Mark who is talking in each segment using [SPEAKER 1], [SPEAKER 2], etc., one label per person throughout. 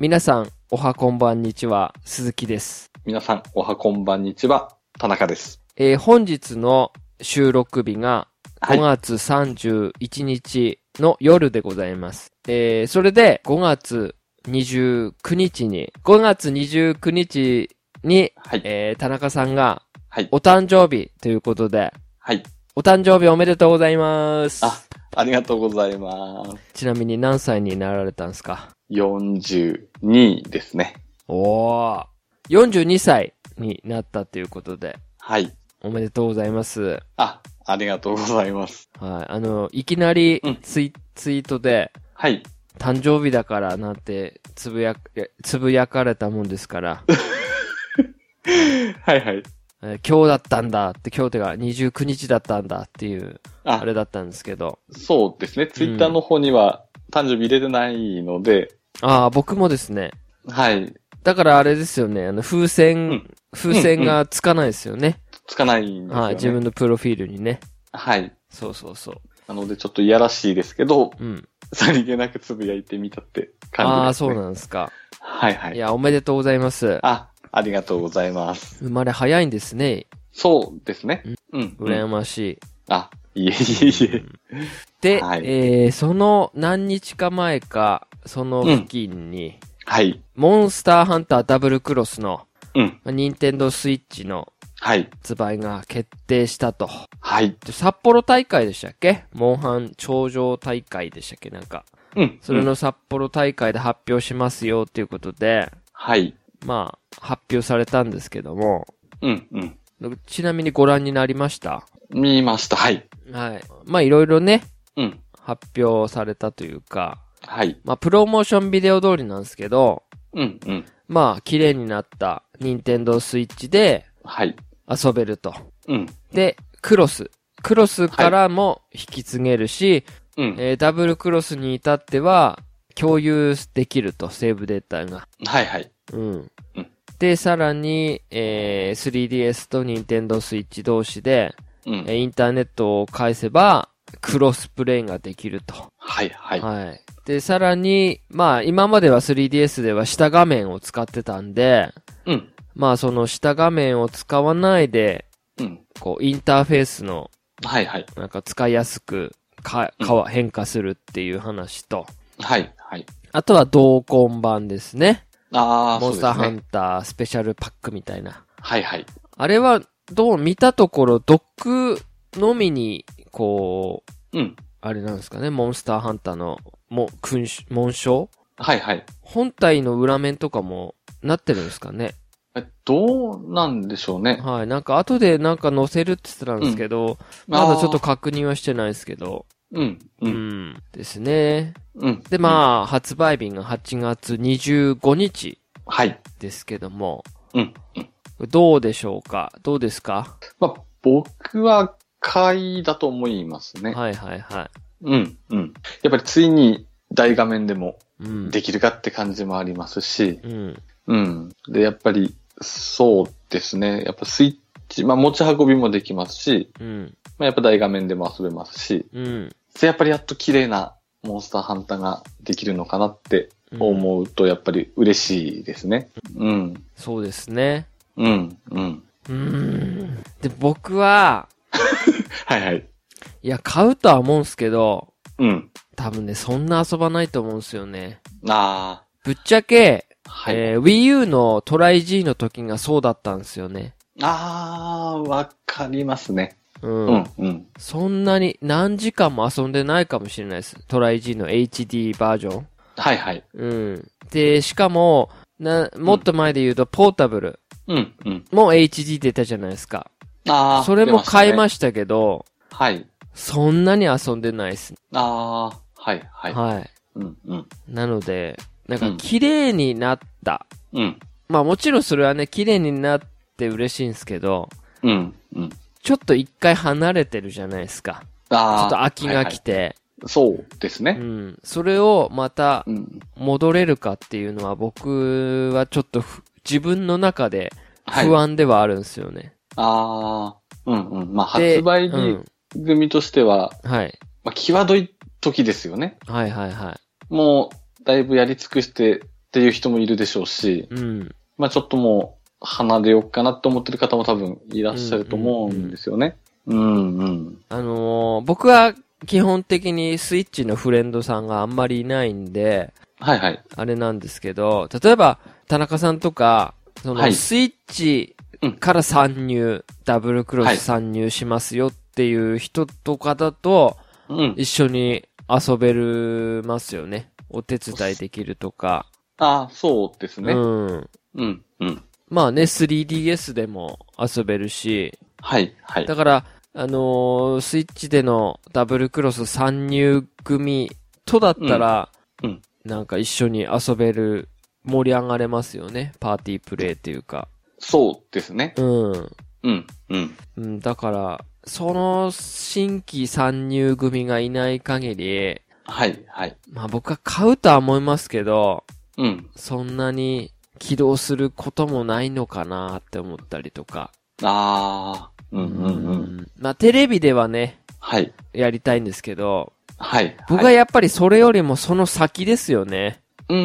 [SPEAKER 1] 皆さん、おはこんばんにちは、鈴木です。
[SPEAKER 2] 皆さん、おはこんばんにちは、田中です。
[SPEAKER 1] えー本日の収録日が
[SPEAKER 2] はい
[SPEAKER 1] 5月31日の夜でございます。えーそれで5月29日に、5月29日に、
[SPEAKER 2] はい。
[SPEAKER 1] えー田中さんが
[SPEAKER 2] はい。
[SPEAKER 1] お誕生日ということで、
[SPEAKER 2] はい。
[SPEAKER 1] お誕生日おめでとうございます。
[SPEAKER 2] あありがとうございます。
[SPEAKER 1] ちなみに何歳になられたんですか
[SPEAKER 2] 42ですね。
[SPEAKER 1] おー。42歳になったということで、
[SPEAKER 2] はい。
[SPEAKER 1] おめでとうございます。
[SPEAKER 2] あ、ありがとうございます。
[SPEAKER 1] はい。あの、いきなり
[SPEAKER 2] うん
[SPEAKER 1] ツイ,、ツイートで、
[SPEAKER 2] はい。
[SPEAKER 1] 誕生日だからなんてつぶや、えつぶやかれたもんですから、
[SPEAKER 2] はいはい。
[SPEAKER 1] えー今日だったんだって、今日てか29日だったんだっていう、
[SPEAKER 2] あ、
[SPEAKER 1] あれだったんですけど、
[SPEAKER 2] そうですね。ツイッターの方には誕生日入れてないので、
[SPEAKER 1] ああ、僕もですね、
[SPEAKER 2] はい。
[SPEAKER 1] だからあれですよね、あの、風船、
[SPEAKER 2] ん
[SPEAKER 1] 風船がつかないですよね。
[SPEAKER 2] つかないんですよ、ね。
[SPEAKER 1] はい、自分のプロフィールにね。
[SPEAKER 2] はい。
[SPEAKER 1] そうそうそ
[SPEAKER 2] なので、ちょっといやらしいですけど、
[SPEAKER 1] う。うん。
[SPEAKER 2] さりげなくつぶやいてみたって感じです、ね。
[SPEAKER 1] ああー、そうなんですか。
[SPEAKER 2] はいはいい。
[SPEAKER 1] や、おめでとうございます。
[SPEAKER 2] あ、ありがとうございます。
[SPEAKER 1] 生まれ早いんですね。
[SPEAKER 2] そうですね。うん。うん
[SPEAKER 1] 羨ましい。
[SPEAKER 2] あ、いえいえいえ。
[SPEAKER 1] で、
[SPEAKER 2] はい
[SPEAKER 1] えー、その何日か前か、その付近に、
[SPEAKER 2] はい。
[SPEAKER 1] モンスターハンターダブルクロスの、
[SPEAKER 2] うん。
[SPEAKER 1] ニンテンドースイッチの
[SPEAKER 2] はい。
[SPEAKER 1] 発売が決定したと。
[SPEAKER 2] はい。
[SPEAKER 1] で札幌大会でしたっけモンハン頂上大会でしたっけなんか。
[SPEAKER 2] うん。
[SPEAKER 1] それ
[SPEAKER 2] うん、
[SPEAKER 1] の札幌大会で発表しますよっていうことで、
[SPEAKER 2] はい。
[SPEAKER 1] まあ、発表されたんですけども、
[SPEAKER 2] うん。うん。
[SPEAKER 1] ちなみにご覧になりました
[SPEAKER 2] 見ました。はい。
[SPEAKER 1] はい。まあ、いろいろね、
[SPEAKER 2] うん。
[SPEAKER 1] 発表されたというか、
[SPEAKER 2] はい。
[SPEAKER 1] まあ、プロモーションビデオ通りなんですけど、
[SPEAKER 2] うん。うん。
[SPEAKER 1] まあ、綺麗になった、ニンテンドースイッチで
[SPEAKER 2] はい。
[SPEAKER 1] 遊べると。
[SPEAKER 2] うん。
[SPEAKER 1] で、クロス。クロスからも引き継げるし、
[SPEAKER 2] うん。
[SPEAKER 1] えーダブルクロスに至っては、共有できると、セーブデータが。
[SPEAKER 2] はいはい。
[SPEAKER 1] うん
[SPEAKER 2] うん。
[SPEAKER 1] で、さらに、えー 3DS とニンテンドースイッチ同士で、え
[SPEAKER 2] う
[SPEAKER 1] ー
[SPEAKER 2] ん。
[SPEAKER 1] インターネットを返せば、クロスプレイができると。
[SPEAKER 2] はいはい。
[SPEAKER 1] はい。で、さらに、まあ、今までは 3DS では下画面を使ってたんで、
[SPEAKER 2] うん。
[SPEAKER 1] まあ、その下画面を使わないで、
[SPEAKER 2] うん。
[SPEAKER 1] こう、インターフェースの、
[SPEAKER 2] はいはい。
[SPEAKER 1] なんか使いやすく、か、かわ、変化するっていう話と、
[SPEAKER 2] はいはい。
[SPEAKER 1] あとは同梱版ですね。
[SPEAKER 2] ああ、そ
[SPEAKER 1] モン
[SPEAKER 2] う
[SPEAKER 1] ス
[SPEAKER 2] です
[SPEAKER 1] ターハ
[SPEAKER 2] ね。
[SPEAKER 1] ンタースペシャルパックみたいな。
[SPEAKER 2] はいはい。
[SPEAKER 1] あれは、どう、見たところ、ドックのみに、こう、
[SPEAKER 2] うん。
[SPEAKER 1] あれなんですかね、モンスターハンターの、も、勲章紋章
[SPEAKER 2] はいはい。
[SPEAKER 1] 本体の裏面とかもなってるんですかね。
[SPEAKER 2] えどうなんでしょうね。
[SPEAKER 1] はい。なんか後でなんか載せるって言ってたんですけど、まだちょっと
[SPEAKER 2] あー。
[SPEAKER 1] 確認はしてないですけど。
[SPEAKER 2] うん。
[SPEAKER 1] う
[SPEAKER 2] う。
[SPEAKER 1] んん。ですね。
[SPEAKER 2] うん。
[SPEAKER 1] で、
[SPEAKER 2] あ。
[SPEAKER 1] まあ、発売日が8月25日
[SPEAKER 2] はい。
[SPEAKER 1] ですけども、
[SPEAKER 2] うん。
[SPEAKER 1] どうでしょうかどうですか
[SPEAKER 2] まあ、僕は買いだと思いますね。
[SPEAKER 1] はいはいは
[SPEAKER 2] うん。うん。やっぱりついに大画面でも
[SPEAKER 1] い。うん。
[SPEAKER 2] できるかって感じもありますし、
[SPEAKER 1] うん。
[SPEAKER 2] うん。で、やっぱり、そうですね。やっぱスイッチ、まあ持ち運びもできますし、
[SPEAKER 1] うん。
[SPEAKER 2] まあやっぱ大画面でも遊べますし、
[SPEAKER 1] うん。
[SPEAKER 2] で、やっぱりやっと綺麗なモンスターハンターができるのかなって
[SPEAKER 1] うん。
[SPEAKER 2] 思うと、やっぱり嬉しいですね。うん。
[SPEAKER 1] そうですね。
[SPEAKER 2] うん。うん。
[SPEAKER 1] うん。で、僕は、
[SPEAKER 2] はいはい。
[SPEAKER 1] いや、買うとは思うんすけど、
[SPEAKER 2] うん。
[SPEAKER 1] 多分ね、そんな遊ばないと思うんすよね。
[SPEAKER 2] あ
[SPEAKER 1] ぶっちゃけ、
[SPEAKER 2] あ、はい。
[SPEAKER 1] えー Wii U のトライ G の時がそうだったんですよね。
[SPEAKER 2] ああ、わかりますね。
[SPEAKER 1] うん。
[SPEAKER 2] うん。うん。
[SPEAKER 1] そんなに何時間も遊んでないかもしれないです。トライ G の HD バージョン。
[SPEAKER 2] はいはい。
[SPEAKER 1] うん。で、しかも、な、もっと前で言うと、ポータブル
[SPEAKER 2] うん。うん。
[SPEAKER 1] も HD 出たじゃないですか。
[SPEAKER 2] ああ、
[SPEAKER 1] それも買いま
[SPEAKER 2] し
[SPEAKER 1] したけど、
[SPEAKER 2] たね。はい。
[SPEAKER 1] そんなに遊んでないですね。
[SPEAKER 2] ああ、はいはい。
[SPEAKER 1] はい。
[SPEAKER 2] うん。うん。
[SPEAKER 1] なので、なん
[SPEAKER 2] う
[SPEAKER 1] か
[SPEAKER 2] ん
[SPEAKER 1] 綺麗になった。
[SPEAKER 2] うん。
[SPEAKER 1] まあもちろんそれはね、綺麗になって嬉しいんですけど、
[SPEAKER 2] うん。うん。
[SPEAKER 1] ちょっと一回離れてるじゃないですか。ち
[SPEAKER 2] あ
[SPEAKER 1] ょ
[SPEAKER 2] あ
[SPEAKER 1] っと飽きが来て、
[SPEAKER 2] そうですね。
[SPEAKER 1] うん。それをまた
[SPEAKER 2] うん。
[SPEAKER 1] 戻れるかっていうのは僕はちょっとふ自分の中で
[SPEAKER 2] はい。
[SPEAKER 1] 不安ではあるんですよね。
[SPEAKER 2] ああ、うんうん。まあ、
[SPEAKER 1] で
[SPEAKER 2] 発売
[SPEAKER 1] う
[SPEAKER 2] 日
[SPEAKER 1] ん
[SPEAKER 2] 組としては、
[SPEAKER 1] はい。
[SPEAKER 2] まあ、際どい時ですよね。
[SPEAKER 1] はいはいは
[SPEAKER 2] もう、だいぶやり尽くして、っていう人もいるでしょうし、
[SPEAKER 1] うん。
[SPEAKER 2] まあちょっともう離れようかなって思ってる方も多分いらっしゃると思うんですよね。うんうん。
[SPEAKER 1] あのー僕は基本的にスイッチのフレンドさんがあんまりいないんで、
[SPEAKER 2] はいはい。
[SPEAKER 1] あれなんですけど、例えば、田中さんとか、そ
[SPEAKER 2] は
[SPEAKER 1] の、
[SPEAKER 2] い
[SPEAKER 1] スイッチから参入、ダブルクロス参入しますよっていう人とかだと、
[SPEAKER 2] うん。
[SPEAKER 1] 一緒に遊べるますよね。お手伝いできるとか。
[SPEAKER 2] ああ、そうですね。
[SPEAKER 1] うん。
[SPEAKER 2] うんうん。
[SPEAKER 1] まあね、3DS でも遊べるし、
[SPEAKER 2] はいはい。
[SPEAKER 1] だから、あのースイッチでのダブルクロス参入組とだったら、
[SPEAKER 2] うんうん
[SPEAKER 1] なんか一緒に遊べる、盛り上がれますよね。パーティープレイっていうか。
[SPEAKER 2] そうですね。
[SPEAKER 1] うん。
[SPEAKER 2] うんうん。
[SPEAKER 1] うん、だから、その新規参入組がいない限り、
[SPEAKER 2] はいはい。
[SPEAKER 1] まあ僕は買うとは思いますけど、
[SPEAKER 2] うん。
[SPEAKER 1] そんなに起動することもないのかなって思ったりとか。
[SPEAKER 2] ああ。うんうんう。
[SPEAKER 1] うんんまあテレビではね、
[SPEAKER 2] はい。
[SPEAKER 1] やりたいんですけど、
[SPEAKER 2] はい。
[SPEAKER 1] 僕はやっぱりそれよりもその先ですよね。
[SPEAKER 2] うん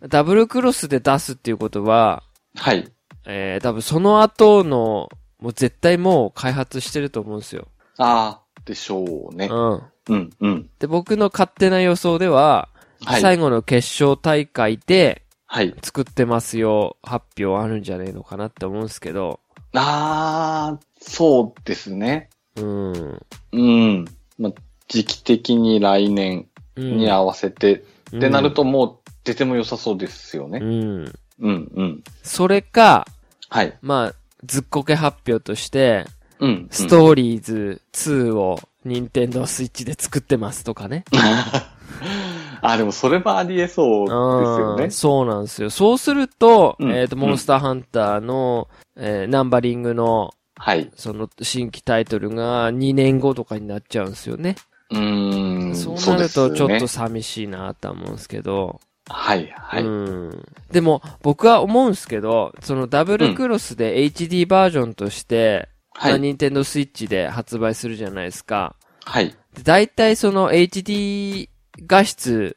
[SPEAKER 2] うん。
[SPEAKER 1] ダブルクロスで出すっていうことは、
[SPEAKER 2] はい。
[SPEAKER 1] えー、多分その後の、もう絶対もう開発してると思うんですよ。
[SPEAKER 2] ああ、でしょうね。
[SPEAKER 1] うん。
[SPEAKER 2] うんうん。
[SPEAKER 1] で、僕の勝手な予想では、
[SPEAKER 2] はい。
[SPEAKER 1] 最後の決勝大会で
[SPEAKER 2] はい。
[SPEAKER 1] 作ってますよ、発表あるんじゃねえのかなって思うんですけど、
[SPEAKER 2] ああ、そうですね。
[SPEAKER 1] うん。
[SPEAKER 2] うん。まあ、時期的に来年
[SPEAKER 1] うん
[SPEAKER 2] に合わせて、
[SPEAKER 1] うん
[SPEAKER 2] ってなるともう出ても良さそうですよ
[SPEAKER 1] う
[SPEAKER 2] ね。
[SPEAKER 1] ん。
[SPEAKER 2] うんうん。
[SPEAKER 1] それか、
[SPEAKER 2] はい。
[SPEAKER 1] まあ、ずっこけ発表として、
[SPEAKER 2] うんうん。
[SPEAKER 1] ストーリーズ2を任天堂スイッチで作ってますとかね。
[SPEAKER 2] あ、でもそれはありえそう
[SPEAKER 1] うん
[SPEAKER 2] です
[SPEAKER 1] そうなんですよ。そうすると、
[SPEAKER 2] うん
[SPEAKER 1] えっ、と、モンスターハンターの、えーナンバリングの、
[SPEAKER 2] よね。はい。
[SPEAKER 1] その新規タイトルが2年後とかになっちゃうんですよね。
[SPEAKER 2] うーん。
[SPEAKER 1] そう
[SPEAKER 2] う
[SPEAKER 1] な
[SPEAKER 2] で
[SPEAKER 1] る
[SPEAKER 2] すよ
[SPEAKER 1] と
[SPEAKER 2] ね
[SPEAKER 1] ちょっと。寂しいなとは思うんですけど。
[SPEAKER 2] はい、はい。
[SPEAKER 1] うん。でも、僕は思うんですけど、そのダブルクロスで HD バージョンとして、ま
[SPEAKER 2] は
[SPEAKER 1] あ
[SPEAKER 2] い。
[SPEAKER 1] ニンテンドースイッチで発売するじゃないですか。
[SPEAKER 2] はい。
[SPEAKER 1] で大体その HD 画質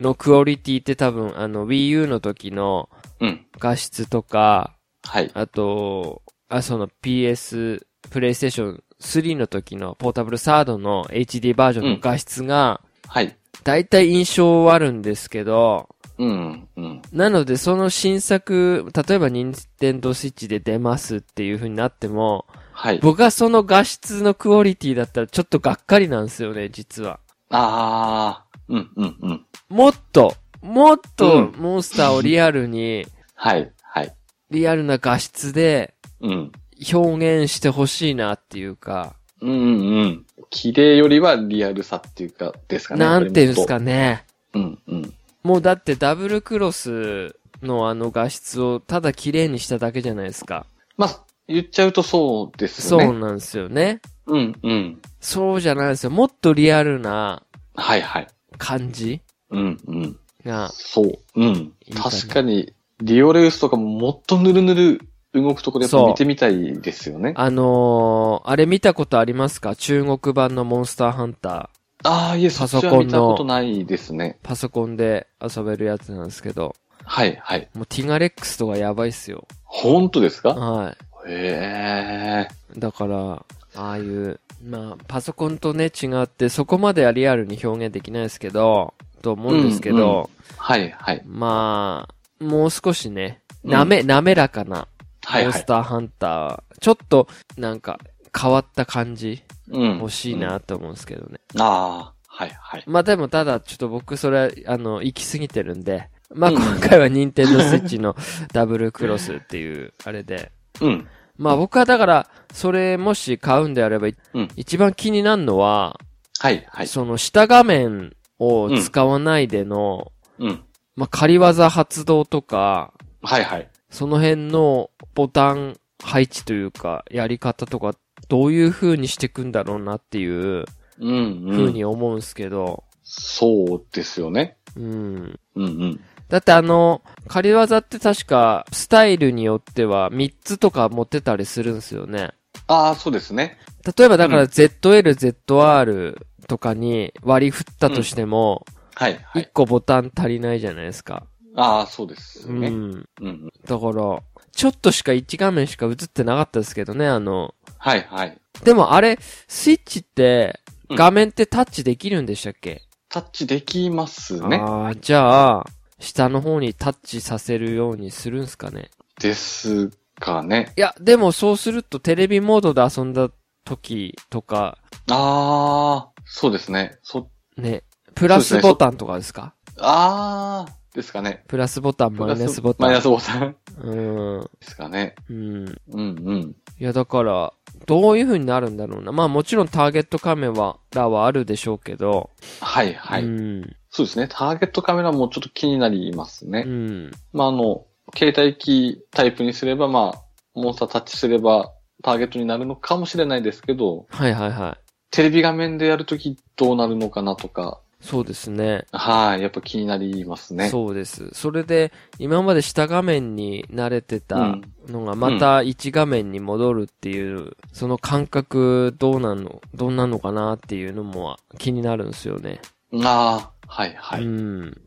[SPEAKER 1] のクオリティって多分、あの Wii U の時の
[SPEAKER 2] うん。
[SPEAKER 1] 画質とか、
[SPEAKER 2] はい。
[SPEAKER 1] あと、あ、その PS、プレイステーション3の時のポータブルサードの HD バージョンの画質が、
[SPEAKER 2] はい。
[SPEAKER 1] だいたい印象はあるんですけど、
[SPEAKER 2] うん。うん。
[SPEAKER 1] なのでその新作、例えば任天堂スイッチで出ますっていう風になっても、
[SPEAKER 2] はい。
[SPEAKER 1] 僕はその画質のクオリティだったらちょっとがっかりなんですよね、実は。
[SPEAKER 2] ああ。うん、うん、うん。
[SPEAKER 1] もっと、もっと
[SPEAKER 2] う
[SPEAKER 1] モンスターをリアルに、
[SPEAKER 2] はい、はい。
[SPEAKER 1] リアルな画質で
[SPEAKER 2] うん。
[SPEAKER 1] 表現してほしいなっていうか、
[SPEAKER 2] うん、うん。綺麗よりはリアルさっていうか、ですかね。
[SPEAKER 1] なんていうんです
[SPEAKER 2] やっ
[SPEAKER 1] かね。
[SPEAKER 2] ぱりもっと。うん、うん。
[SPEAKER 1] もうだってダブルクロスのあの画質をただ綺麗にしただけじゃないですか。
[SPEAKER 2] まあ、言っちゃうとそうです
[SPEAKER 1] そ
[SPEAKER 2] よね。
[SPEAKER 1] うなんですよね。
[SPEAKER 2] う。うん、うん。
[SPEAKER 1] そうじゃないですよ。もっとリアルな
[SPEAKER 2] はい、はい。
[SPEAKER 1] 感じ
[SPEAKER 2] うん、うん。
[SPEAKER 1] が、
[SPEAKER 2] そう。うん
[SPEAKER 1] い。感じ
[SPEAKER 2] 確かに、リオレウスとかももっとぬるぬる動くところやっぱ見てみたいですよね。
[SPEAKER 1] あのー、あれ見たことありますか中国版のモンスターハンター。
[SPEAKER 2] ああ、いえ、そ
[SPEAKER 1] パ
[SPEAKER 2] っ
[SPEAKER 1] ソコ
[SPEAKER 2] ち
[SPEAKER 1] ンの
[SPEAKER 2] は見たことないですね。
[SPEAKER 1] パソコンで遊べるやつなんですけど。
[SPEAKER 2] はい、はい。
[SPEAKER 1] もうティガレックスとかやばいっすよ。
[SPEAKER 2] 本当ですか
[SPEAKER 1] は
[SPEAKER 2] へえ。
[SPEAKER 1] い。だから、ああいう、まあ、パソコンとね、違って、そこまではリアルに表現できないですけど、と思うんですけど、
[SPEAKER 2] はい、はい。
[SPEAKER 1] まあ、もう少しね、
[SPEAKER 2] うん
[SPEAKER 1] なめ、滑らかな、モ
[SPEAKER 2] はい、
[SPEAKER 1] ン
[SPEAKER 2] は
[SPEAKER 1] ス
[SPEAKER 2] い。
[SPEAKER 1] ターハンター、ちょっと、なんか、変わった感じ、
[SPEAKER 2] うん
[SPEAKER 1] 欲しい
[SPEAKER 2] うん
[SPEAKER 1] なと思うんですけどね。
[SPEAKER 2] ああ、はい、はい。
[SPEAKER 1] まあでも、ただ、ちょっと僕、それ、あの、行き過ぎてるんで、まあ今回は任天堂スイッチのダブルクロスっていう、あれで、
[SPEAKER 2] うん。
[SPEAKER 1] まあ僕はだから、それもし買うんであれば、い
[SPEAKER 2] うん
[SPEAKER 1] 一番気になるのは、
[SPEAKER 2] はい、はい。
[SPEAKER 1] その下画面を使わないでの、
[SPEAKER 2] うん。
[SPEAKER 1] まあ仮技発動とか、
[SPEAKER 2] はい、はい。
[SPEAKER 1] その辺のボタン配置というか、やり方とか、どういう風にしていくんだろうなっていう
[SPEAKER 2] うん、う
[SPEAKER 1] 風
[SPEAKER 2] ん。
[SPEAKER 1] に思うんすけど、
[SPEAKER 2] そうですよね。
[SPEAKER 1] うん。
[SPEAKER 2] うん、うん。
[SPEAKER 1] だってあの、仮技って確か、スタイルによっては3つとか持ってたりするんですよね。
[SPEAKER 2] ああ、そうですね。
[SPEAKER 1] 例えばだか
[SPEAKER 2] う
[SPEAKER 1] ら
[SPEAKER 2] ん
[SPEAKER 1] ZL、ZR とかに割り振ったとしても、
[SPEAKER 2] はい、は
[SPEAKER 1] 1
[SPEAKER 2] い。
[SPEAKER 1] 個ボタン足りないじゃないですか。
[SPEAKER 2] ああ、そうです、
[SPEAKER 1] う
[SPEAKER 2] ね。
[SPEAKER 1] ん。
[SPEAKER 2] うん。うん。
[SPEAKER 1] だから、ちょっとしか1画面しか映ってなかったですけどね、あの。
[SPEAKER 2] はいはい。
[SPEAKER 1] でもあれ、スイッチって、
[SPEAKER 2] うん
[SPEAKER 1] 画面ってタッチできるんでしたっけ、
[SPEAKER 2] タッチできますね。
[SPEAKER 1] ああ、じゃあ、下の方にタッチさせるようにするんすかね。
[SPEAKER 2] ですかね。
[SPEAKER 1] いや、でもそうするとテレビモードで遊んだ時とか、
[SPEAKER 2] ああ、そうですね。そ、
[SPEAKER 1] ね、プラスボタンとかですか
[SPEAKER 2] ああ、ですかね。
[SPEAKER 1] プラスボタン、マイナスボタン。
[SPEAKER 2] マイナスボタン
[SPEAKER 1] うん。
[SPEAKER 2] ですかね。
[SPEAKER 1] うん。
[SPEAKER 2] うんうん。
[SPEAKER 1] いや、だから、どういう風になるんだろうな。まあもちろんターゲットカメラはあるでしょうけど。
[SPEAKER 2] はいはい。
[SPEAKER 1] うん。
[SPEAKER 2] そうですね。ターゲットカメラもちょっと気になりますね。
[SPEAKER 1] うん。
[SPEAKER 2] まあ、あの、携帯キータイプにすれば、まあ、モンスタータッチすれば、ターゲットになるのかもしれないですけど、
[SPEAKER 1] はいはいは
[SPEAKER 2] テレビ画面でやるときどうなるのかなとか、
[SPEAKER 1] い。そうですね。
[SPEAKER 2] はい、やっぱ気になりますね。
[SPEAKER 1] そうです。それで、今まで下画面に慣れて
[SPEAKER 2] う
[SPEAKER 1] た
[SPEAKER 2] ん
[SPEAKER 1] のが、また1画面に戻るっていう、その感覚、どうなの、どんなのかなっていうのも気になるんですよね。
[SPEAKER 2] ああ、はい、は
[SPEAKER 1] う
[SPEAKER 2] い。
[SPEAKER 1] ん。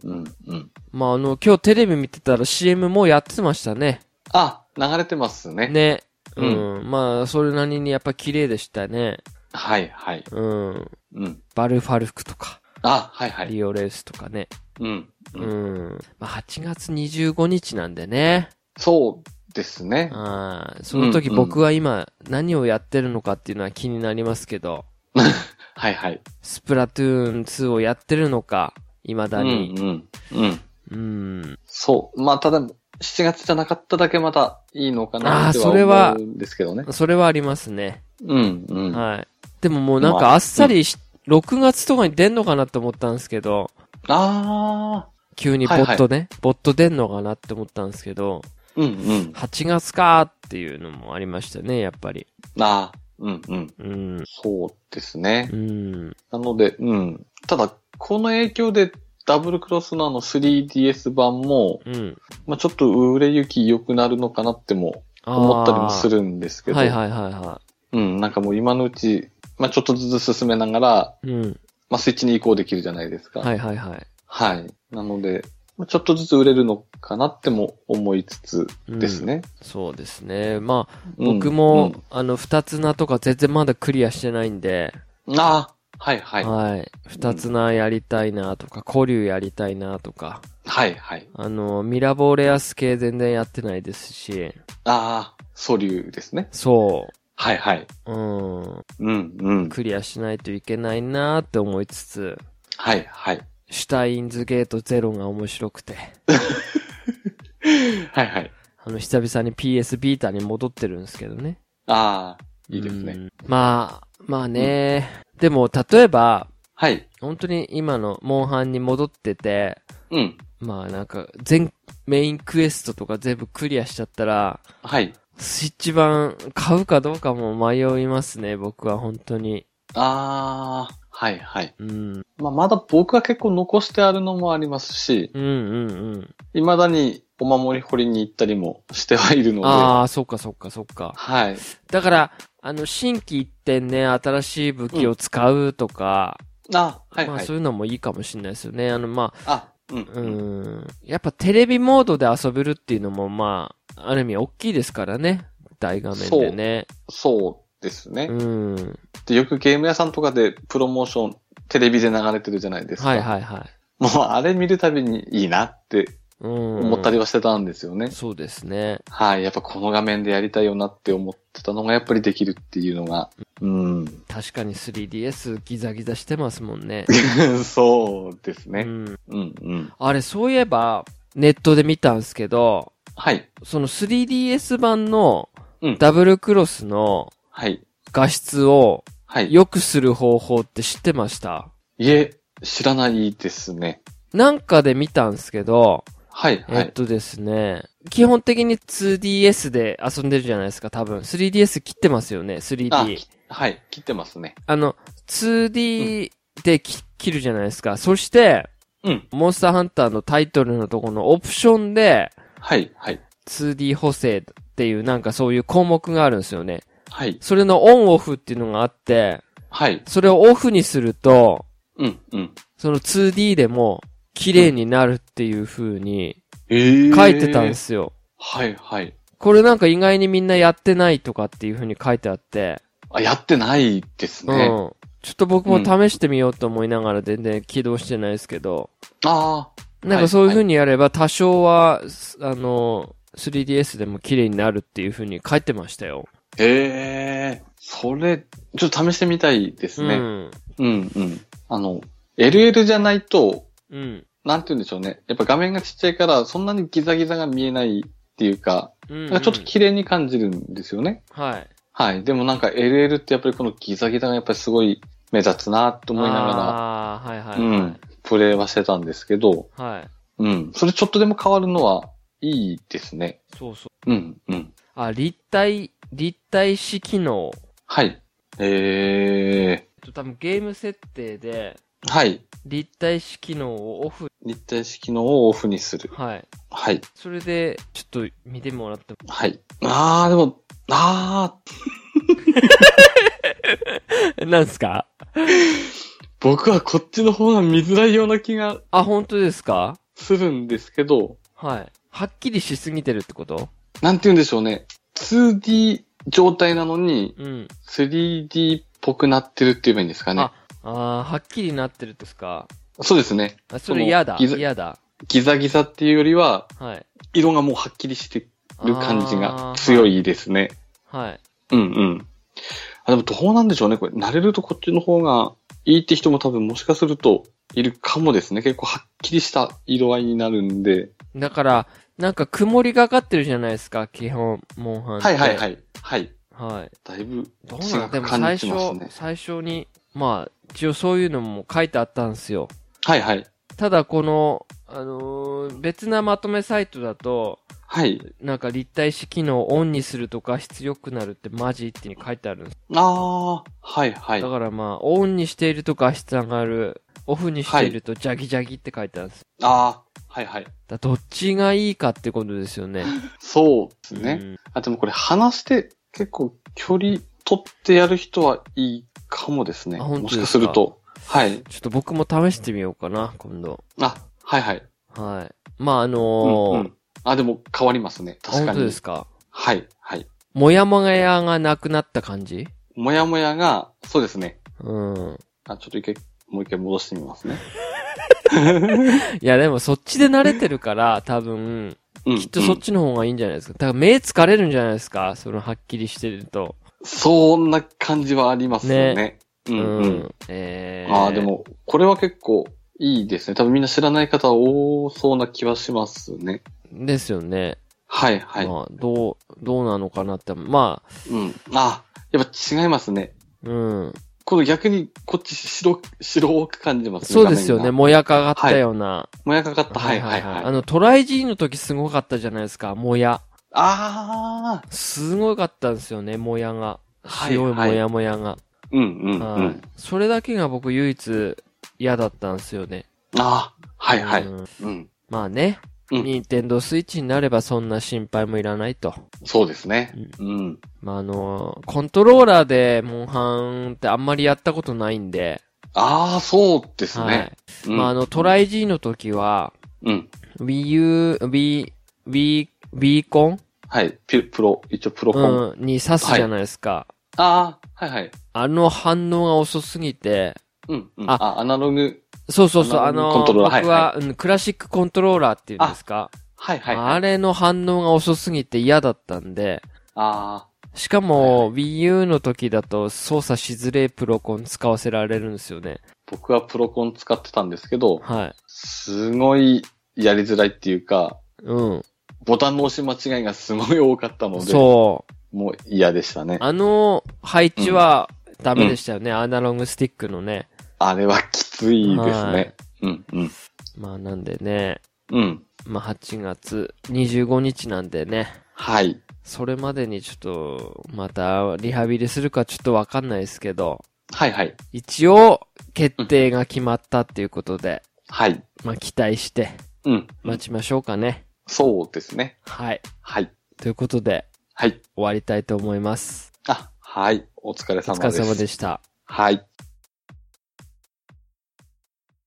[SPEAKER 2] うん、うん。
[SPEAKER 1] まあ、あの、今日テレビ見てたら CM もやってましたね。
[SPEAKER 2] あ、流れてますね。
[SPEAKER 1] ね。うん。まあ、それなりにやっぱ綺麗でしたね。
[SPEAKER 2] はい、はい。
[SPEAKER 1] うん。
[SPEAKER 2] うん。
[SPEAKER 1] バルファルクとか、
[SPEAKER 2] あ、はい、はい。
[SPEAKER 1] リオレースとかね。
[SPEAKER 2] うん。う、
[SPEAKER 1] うんん。まあ、8月25日なんでね。
[SPEAKER 2] そうですね。
[SPEAKER 1] あーその時
[SPEAKER 2] うんうん
[SPEAKER 1] 僕は今何をやってるのかっていうのは気になりますけど、
[SPEAKER 2] はい、はい。
[SPEAKER 1] スプラトゥーン2をやってるのか、未
[SPEAKER 2] う
[SPEAKER 1] だ
[SPEAKER 2] ん、う
[SPEAKER 1] に。
[SPEAKER 2] ん。うん。
[SPEAKER 1] うん。
[SPEAKER 2] そう。まあ、ただ、7月じゃなかっただけまたいいのか
[SPEAKER 1] あ
[SPEAKER 2] な
[SPEAKER 1] ー
[SPEAKER 2] って
[SPEAKER 1] それは
[SPEAKER 2] は思うんですけどね。
[SPEAKER 1] それはありますね。
[SPEAKER 2] うん、うん。
[SPEAKER 1] はい。でももうなんかあっさりし、6月とかに出んのかなって思ったんですけど、
[SPEAKER 2] ああ、
[SPEAKER 1] 急にボットね、ボット出んのかなって思ったんですけど、
[SPEAKER 2] うんうん。
[SPEAKER 1] 8月かーっていうのもありましたね、やっぱり。
[SPEAKER 2] ああ、うんうん。
[SPEAKER 1] うん。
[SPEAKER 2] そうですね。
[SPEAKER 1] うん。
[SPEAKER 2] なので、うん。ただ、この影響で、ダブルクロスのあの 3DS 版も、
[SPEAKER 1] うん。
[SPEAKER 2] まあちょっと売れ行き良くなるのかなっても思ったりもするんですけど、
[SPEAKER 1] はいはいはいは
[SPEAKER 2] うん、なんかもう今のうち、まあちょっとずつ進めながら、
[SPEAKER 1] い。うん。
[SPEAKER 2] まあスイッチに移行できるじゃないですか。
[SPEAKER 1] はいはいはい。
[SPEAKER 2] はい。なので、まあちょっとずつ売れるのかなっても思いつつですね。
[SPEAKER 1] そうですね。まあ、
[SPEAKER 2] うん
[SPEAKER 1] 僕も、あの、二つなとか全然まだクリアしてないんで、
[SPEAKER 2] うんああ、はいはい。は
[SPEAKER 1] はい。二つなやりたいなとか、古竜やりたいなとか、
[SPEAKER 2] いはい。
[SPEAKER 1] あの、ミラボーレアス系全然やってないですし、
[SPEAKER 2] ああ、素粒ですね。
[SPEAKER 1] そ
[SPEAKER 2] はいはい。
[SPEAKER 1] う。うん。
[SPEAKER 2] うんうん。
[SPEAKER 1] クリアしないといけないなーって思いつつ、
[SPEAKER 2] はいはい。
[SPEAKER 1] シュタインズゲートゼロが面白くて、
[SPEAKER 2] はいはい。
[SPEAKER 1] あの、久々に PS ビータに戻ってるんですけどね。
[SPEAKER 2] ああ、いいです
[SPEAKER 1] う
[SPEAKER 2] ね。
[SPEAKER 1] ん。まあ、まあね、でも、例えば、
[SPEAKER 2] はい。
[SPEAKER 1] 本当に今のモンハンに戻ってて、
[SPEAKER 2] うん。
[SPEAKER 1] まあなんか、全、メインクエストとか全部クリアしちゃったら、
[SPEAKER 2] はい。
[SPEAKER 1] スイッチ版買うかどうかも迷いますね、僕は本当に。
[SPEAKER 2] ああ、はいはい。
[SPEAKER 1] うん。
[SPEAKER 2] まあ、まだ僕は結構残してあるのもありますし、
[SPEAKER 1] うんうんうん。
[SPEAKER 2] 未だにお守り掘りに行ったりもしてはいるので、
[SPEAKER 1] ああ、そっかそっかそっか。
[SPEAKER 2] はい。
[SPEAKER 1] だから、あの、新規一点ね、新しい武器を使うとか、
[SPEAKER 2] あはい
[SPEAKER 1] まあ
[SPEAKER 2] はい。
[SPEAKER 1] そういうのもいいかもしれないですよね。あの、まあ、
[SPEAKER 2] あ、う
[SPEAKER 1] う
[SPEAKER 2] ん。うん
[SPEAKER 1] ん。やっぱテレビモードで遊べるっていうのも、まあ、ある意味大きいですからね。大画面でね。
[SPEAKER 2] そうですね、
[SPEAKER 1] うん。
[SPEAKER 2] で。よくゲーム屋さんとかでプロモーション、テレビで流れてるじゃないですか。
[SPEAKER 1] はいはいはい。
[SPEAKER 2] もうあれ見るたびにいいなって
[SPEAKER 1] うん。
[SPEAKER 2] 思ったりはしてたんですよね。
[SPEAKER 1] そうですね。
[SPEAKER 2] はい。やっぱこの画面でやりたいよなって思ってたのがやっぱりできるっていうのが。うん。
[SPEAKER 1] 確かに 3DS ギザギザしてますもんね。
[SPEAKER 2] そうです
[SPEAKER 1] う
[SPEAKER 2] ね。
[SPEAKER 1] ん。
[SPEAKER 2] うんうん。
[SPEAKER 1] あれ、そういえば、ネットで見たんですけど、
[SPEAKER 2] はい。
[SPEAKER 1] その 3DS 版の
[SPEAKER 2] うん
[SPEAKER 1] ダブルクロスの
[SPEAKER 2] はい。
[SPEAKER 1] 画質を
[SPEAKER 2] はい。
[SPEAKER 1] 良くする方法って知ってました
[SPEAKER 2] いえ、知らないですね。
[SPEAKER 1] なんかで見たんですけど、
[SPEAKER 2] はい、は
[SPEAKER 1] えっ
[SPEAKER 2] い。
[SPEAKER 1] とですね、基本的に 2DS で遊んでるじゃないですか、多分。3DS 切ってますよね、3D。
[SPEAKER 2] あ
[SPEAKER 1] あ、
[SPEAKER 2] きはい。切ってますね。
[SPEAKER 1] の、2D でき切るじゃないですか。そして、
[SPEAKER 2] うん。
[SPEAKER 1] モンスターハンターのタイトルのところのオプションで、
[SPEAKER 2] はい、はい。
[SPEAKER 1] 2D 補正っていうなんかそういう項目があるんですよね。
[SPEAKER 2] はい、
[SPEAKER 1] それのオンオフっていうのがあって、
[SPEAKER 2] はい。
[SPEAKER 1] それをオフにすると、
[SPEAKER 2] うん、うん。
[SPEAKER 1] その 2D でも綺麗になるっていう風に
[SPEAKER 2] ええ
[SPEAKER 1] 書いてたんですよ。
[SPEAKER 2] はいはい。
[SPEAKER 1] これなんか意外にみんなやってないとかっていう風に書いてあって、
[SPEAKER 2] あ、やってないです
[SPEAKER 1] う
[SPEAKER 2] ね。あ
[SPEAKER 1] ん。ちょっと僕も試してみようと思いながら全然起動してないですけど、
[SPEAKER 2] あ
[SPEAKER 1] なんかそういう風にやれば多少は、すあの、3DS でも綺麗になるっていう風に書いてましたよ。
[SPEAKER 2] ー、ええそれ、ちょっと試してみたいです
[SPEAKER 1] う
[SPEAKER 2] ね。
[SPEAKER 1] ん。
[SPEAKER 2] うん、うん。あの、LL じゃないと、
[SPEAKER 1] うん。
[SPEAKER 2] なんて言うんでしょうね。やっぱ画面がちっちゃいから、そんなにギザギザが見えないっていうか、
[SPEAKER 1] うん、
[SPEAKER 2] なんかちょっと綺麗に感じるんですよね。
[SPEAKER 1] はい。
[SPEAKER 2] はい。でもなんか LL ってやっぱりこのギザギザがやっぱりすごい目立つなと思いなが
[SPEAKER 1] ああ、はいはい、は
[SPEAKER 2] ら、
[SPEAKER 1] い。
[SPEAKER 2] うん、プレイはしてたんですけど、
[SPEAKER 1] はい。
[SPEAKER 2] うん。それちょっとでも変わるのはいいですね。
[SPEAKER 1] そうそう。
[SPEAKER 2] うん、うん。
[SPEAKER 1] あ、立体、立体視機能。
[SPEAKER 2] はい。え
[SPEAKER 1] えっと多分ゲーム設定で、
[SPEAKER 2] ー、はい。
[SPEAKER 1] 立体視機能をオフ。
[SPEAKER 2] 立体式のをオフにする。
[SPEAKER 1] はい。
[SPEAKER 2] はい。
[SPEAKER 1] それで、ちょっと見てもらっても。
[SPEAKER 2] はい。あー、でも、あー、
[SPEAKER 1] なんすか
[SPEAKER 2] 僕はこっちの方が見づらいような気が
[SPEAKER 1] あ、本当ですか
[SPEAKER 2] するんですけど、
[SPEAKER 1] はい。はっきりしすぎてるってこと
[SPEAKER 2] なんて言うんでしょうね。2D 状態なのに
[SPEAKER 1] うん。
[SPEAKER 2] 3D っぽくなってるって言えばいいんですかね
[SPEAKER 1] あ。あー、はっきりなってるってですか
[SPEAKER 2] そうですね。
[SPEAKER 1] あ、それ嫌だ。
[SPEAKER 2] そのギザ
[SPEAKER 1] 嫌だ。
[SPEAKER 2] ギザギザっていうよりは、
[SPEAKER 1] はい。
[SPEAKER 2] 色がもうはっきりしてる感じが強
[SPEAKER 1] い。
[SPEAKER 2] いですね。
[SPEAKER 1] はい。
[SPEAKER 2] うんうん。あ、でもどうなんでしょうね。これ、慣れるとこっちの方がいいって人も多分もしかするといるかもですね。結構はっきりした色合いになるんで。
[SPEAKER 1] だから、なんか曇りがかってるじゃないですか、基本、モンハンって。。
[SPEAKER 2] はいはいはいい。はい。
[SPEAKER 1] はい。
[SPEAKER 2] だいぶ
[SPEAKER 1] どう
[SPEAKER 2] 違
[SPEAKER 1] なん
[SPEAKER 2] う
[SPEAKER 1] でも
[SPEAKER 2] 感
[SPEAKER 1] 最
[SPEAKER 2] じ
[SPEAKER 1] 初
[SPEAKER 2] ます、ね。
[SPEAKER 1] 最初に、まあ、一応そういうのも書いてあったんですよ。
[SPEAKER 2] はいはい。
[SPEAKER 1] ただこの、あのー別なまとめサイトだと、
[SPEAKER 2] はい。
[SPEAKER 1] なんか立体視機能をオンにすると画質良くなるってマジって書いてあるんです。
[SPEAKER 2] あー、はいはい
[SPEAKER 1] だ。からまあ、オンにしていると画質上がる、オフにしているとジャギジャギって書いてあるんです。
[SPEAKER 2] あー、はいはい。
[SPEAKER 1] だどっちがいいかってことですよね。
[SPEAKER 2] そうですね。
[SPEAKER 1] うん
[SPEAKER 2] あ、でもこれ話して結構距離取ってやる人はいいかもですね。
[SPEAKER 1] あ本
[SPEAKER 2] も
[SPEAKER 1] 当
[SPEAKER 2] し
[SPEAKER 1] で
[SPEAKER 2] か
[SPEAKER 1] すか
[SPEAKER 2] すると。はい。
[SPEAKER 1] ちょっと僕も試してみようかな、今度。
[SPEAKER 2] あ、はいはい。
[SPEAKER 1] はい。まあ、あの
[SPEAKER 2] うん
[SPEAKER 1] ー
[SPEAKER 2] うん。あ、でも変わりますね。確
[SPEAKER 1] 本
[SPEAKER 2] か
[SPEAKER 1] 当
[SPEAKER 2] に
[SPEAKER 1] で。すか
[SPEAKER 2] はいはい。
[SPEAKER 1] もやもやがなくなった感じ
[SPEAKER 2] もやもやが、そうですね。
[SPEAKER 1] うん。
[SPEAKER 2] あ、ちょっと一回、もう一回戻してみますね。
[SPEAKER 1] いや、でもそっちで慣れてるから、多分、
[SPEAKER 2] うん。
[SPEAKER 1] きっとそっ
[SPEAKER 2] うん
[SPEAKER 1] ちの方がいいんじゃないですか。だから目疲れるんじゃないですかそのはっきりしてると。
[SPEAKER 2] そんな感じはありますよね。うんうん。。
[SPEAKER 1] えー、
[SPEAKER 2] ああ、で。も、これは結構いいですね。多分みんな知らない方多そうな気はしますね。
[SPEAKER 1] ですよね。
[SPEAKER 2] はいはい。
[SPEAKER 1] まあ、どう、どうなのかなって。まあ、
[SPEAKER 2] うん。あ、やっぱ違いますね。
[SPEAKER 1] うん。
[SPEAKER 2] この逆にこっち白、白く感じますね。
[SPEAKER 1] そうですよ
[SPEAKER 2] 画
[SPEAKER 1] ね。
[SPEAKER 2] 面が。
[SPEAKER 1] もやかがったような。
[SPEAKER 2] もやかかった。はいはいはい。
[SPEAKER 1] あの、トライ G の時すごかったじゃないですか。もや。
[SPEAKER 2] ああ、
[SPEAKER 1] すごかったんですよね、もやが。
[SPEAKER 2] はい
[SPEAKER 1] 白いも
[SPEAKER 2] はい
[SPEAKER 1] やもやが。
[SPEAKER 2] うんうんう
[SPEAKER 1] はい
[SPEAKER 2] ん。
[SPEAKER 1] それだけが僕唯一嫌だったんですよね。
[SPEAKER 2] ああ、はいはい。
[SPEAKER 1] うん
[SPEAKER 2] うん。
[SPEAKER 1] まあね。
[SPEAKER 2] うん
[SPEAKER 1] ニンテンドースイッチになればそんな心配もいらないと。
[SPEAKER 2] そうですね。うん。
[SPEAKER 1] まああの、コントローラーでモンハンってあんまりやったことないんで。
[SPEAKER 2] ああ、そうです
[SPEAKER 1] は
[SPEAKER 2] ね。
[SPEAKER 1] い。まああ
[SPEAKER 2] の、
[SPEAKER 1] の、トライ G の時は、
[SPEAKER 2] うん。
[SPEAKER 1] Wii U、Wii、Wii、Wii コン
[SPEAKER 2] はい。ピプロ、一応プロコン。あ
[SPEAKER 1] うん、に刺すじゃないですか。
[SPEAKER 2] あ、はいはい。
[SPEAKER 1] あの反応が遅すぎて、
[SPEAKER 2] うん、うん。
[SPEAKER 1] あ
[SPEAKER 2] あ、アナログ。
[SPEAKER 1] そうそうそう、あ
[SPEAKER 2] アナロ
[SPEAKER 1] の、
[SPEAKER 2] グコントローラー
[SPEAKER 1] 僕は、うんクラシックコントローラーっていうんですか、
[SPEAKER 2] はいはい。
[SPEAKER 1] あ
[SPEAKER 2] あ
[SPEAKER 1] れの反応が遅すぎて嫌だったんで、
[SPEAKER 2] あ
[SPEAKER 1] しかも、Wii U の時だと操作しづれえプロコン使わせられるんですよね。
[SPEAKER 2] ー、僕はプロコン使ってたんですけど、
[SPEAKER 1] はい。
[SPEAKER 2] すごいやりづらいっていうか、
[SPEAKER 1] うん。
[SPEAKER 2] ボタンの押し間違いがすごい多かったので、
[SPEAKER 1] そう。
[SPEAKER 2] もう嫌でしたね。
[SPEAKER 1] あの配置はダメでしたよね、アナログスティックのね。
[SPEAKER 2] あれはきついです
[SPEAKER 1] はい
[SPEAKER 2] ね。うん、うん。
[SPEAKER 1] まあなんでね、
[SPEAKER 2] うん。
[SPEAKER 1] まあ8月25日なんでね、
[SPEAKER 2] はい。
[SPEAKER 1] それまでにちょっと、またリハビリするかちょっとわかんないですけど、
[SPEAKER 2] はいはい。
[SPEAKER 1] 一応、決定が決まったっていうことで、
[SPEAKER 2] はい。
[SPEAKER 1] まあ期待して
[SPEAKER 2] うん。
[SPEAKER 1] 待ちましょうかね。
[SPEAKER 2] そうですね。
[SPEAKER 1] はい。
[SPEAKER 2] はい。
[SPEAKER 1] ということで、
[SPEAKER 2] はい。
[SPEAKER 1] 終わりたいと思います。
[SPEAKER 2] あ、はい。お疲れ
[SPEAKER 1] お
[SPEAKER 2] 様
[SPEAKER 1] 疲れ
[SPEAKER 2] です。
[SPEAKER 1] 様でした。
[SPEAKER 2] はい。